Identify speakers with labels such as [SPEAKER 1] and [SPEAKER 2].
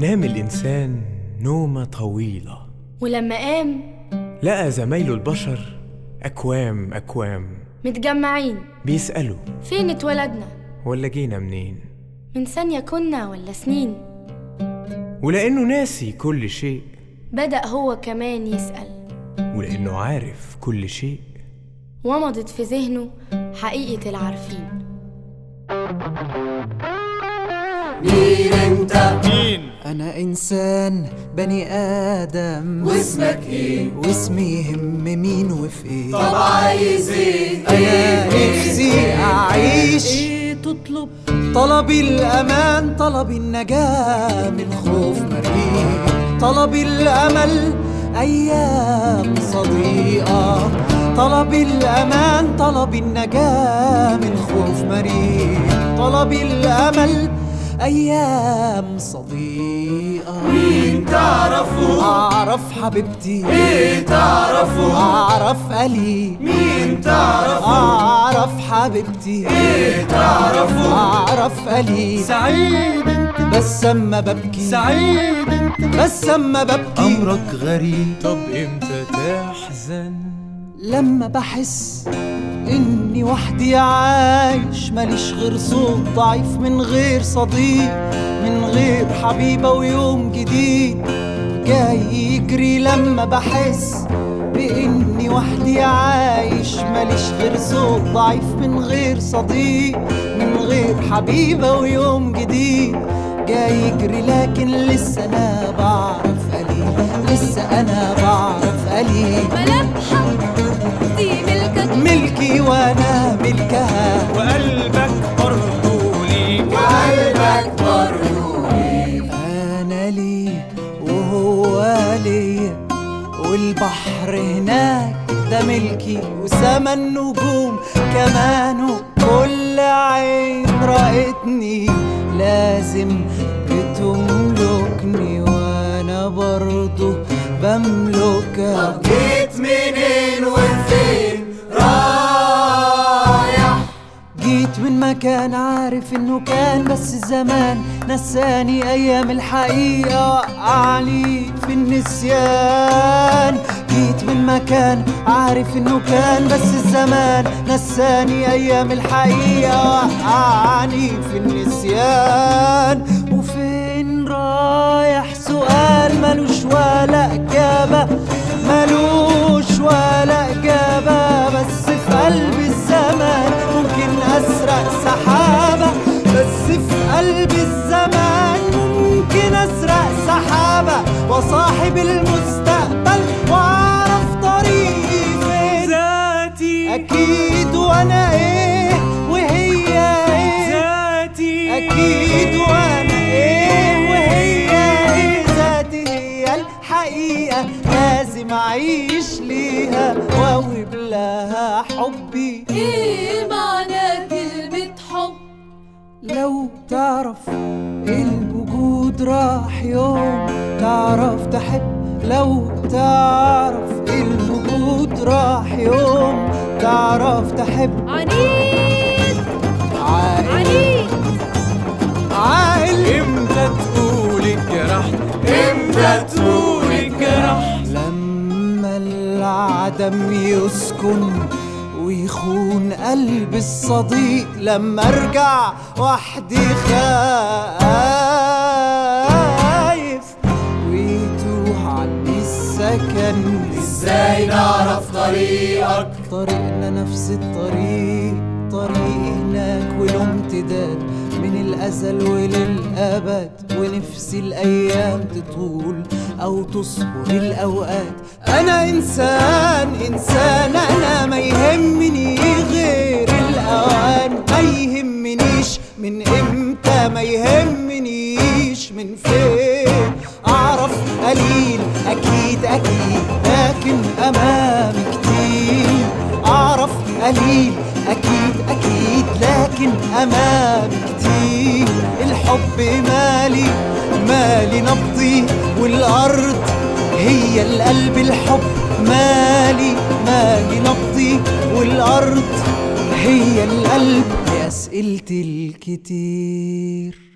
[SPEAKER 1] نام الإنسان نومة طويلة
[SPEAKER 2] ولما قام
[SPEAKER 1] لقى زمايله البشر أكوام أكوام
[SPEAKER 2] متجمعين
[SPEAKER 1] بيسألوا
[SPEAKER 2] فين اتولدنا
[SPEAKER 1] ولا جينا منين
[SPEAKER 2] من ثانية كنا ولا سنين
[SPEAKER 1] ولأنه ناسي كل شيء
[SPEAKER 2] بدأ هو كمان يسأل
[SPEAKER 1] ولأنه عارف كل شيء
[SPEAKER 2] ومضت في ذهنه حقيقة العارفين
[SPEAKER 3] أنا إنسان بني آدم واسمك إيه؟ واسمي يهم مين وفي إيه؟ طب عايز إيه؟ أنا نفسي أعيش إيه تطلب؟ طلبي الأمان طلبي النجاة من خوف مريض طلبي الأمل أيام صديقة طلبي الأمان طلبي النجاة من خوف مريض طلبي الأمل أيام صديقة مين تعرفه أعرف حبيبتي مين تعرفه أعرف ألي مين تعرفه أعرف حبيبتي مين تعرفه أعرف ألي سعيد انت بس أما ببكي سعيد انت بس أما ببكي أمرك غريب
[SPEAKER 1] طب إمتى تحزن
[SPEAKER 3] لما بحس اني وحدي عايش ماليش غير صوت ضعيف من غير صديق من غير حبيبة ويوم جديد جاي يجري لما بحس باني وحدي عايش ماليش غير صوت ضعيف من غير صديق من غير حبيبة ويوم جديد جاي يجري لكن لسه انا بعرف قليل لسه انا بعرف قليل
[SPEAKER 4] ملامحك دي ملكك
[SPEAKER 3] ملكي وانا ملكها
[SPEAKER 5] وقلبك برضه ليك
[SPEAKER 3] وقلبك بروني انا لي وهو لي والبحر هناك ده ملكي وسما النجوم كمان كل عين رأتني لازم بتملكني وانا برضه بملكها جيت منين وفين رايح جيت من مكان عارف انه كان بس الزمان نساني ايام الحقيقة وقعني في النسيان جيت من مكان عارف انه كان بس الزمان نساني ايام الحقيقة وقعني في النسيان وفين رايح سؤال ملوش ولا اجابة ملوش ولا اجابة بس في قلب الزمان ممكن أسرق سحابة بس في قلب الزمان ممكن أسرق سحابة وصاحب المستقبل وأعرف طريقي فين
[SPEAKER 5] ذاتي
[SPEAKER 3] أكيد وأنا إيه وهي إيه
[SPEAKER 5] ذاتي
[SPEAKER 3] أكيد وأنا إيه وهي إيه ذاتي هي الحقيقة لازم أعيش ليها وأوب لها حبي
[SPEAKER 4] ايه معنى كلمة حب
[SPEAKER 3] لو تعرف الوجود راح يوم تعرف تحب لو تعرف الوجود راح يوم تعرف تحب
[SPEAKER 4] عنيد
[SPEAKER 3] عاقل
[SPEAKER 4] عنيد
[SPEAKER 3] عاقل
[SPEAKER 5] امتى تقول الجرح امتى تقول الجرح
[SPEAKER 3] لما العدم يسكن ويخون قلب الصديق لما ارجع وحدي خايف ويتوه عني السكن ازاي نعرف طريقك طريقنا نفس الطريق طريقي هناك وله امتداد من الأزل وللأبد ونفسي الأيام تطول أو تصبر الأوقات أنا إنسان إنسان أنا ما يهمني غير الأوان ما يهمنيش من إمتى ما يهمنيش من فين أعرف قليل أكيد أكيد لكن أمامي كتير أعرف قليل أكيد أكيد لكن أمامي كتير الحب مالي مالي نبضي والأرض هي القلب الحب مالي مالي نبضي والأرض هي القلب لأسئلتي الكتير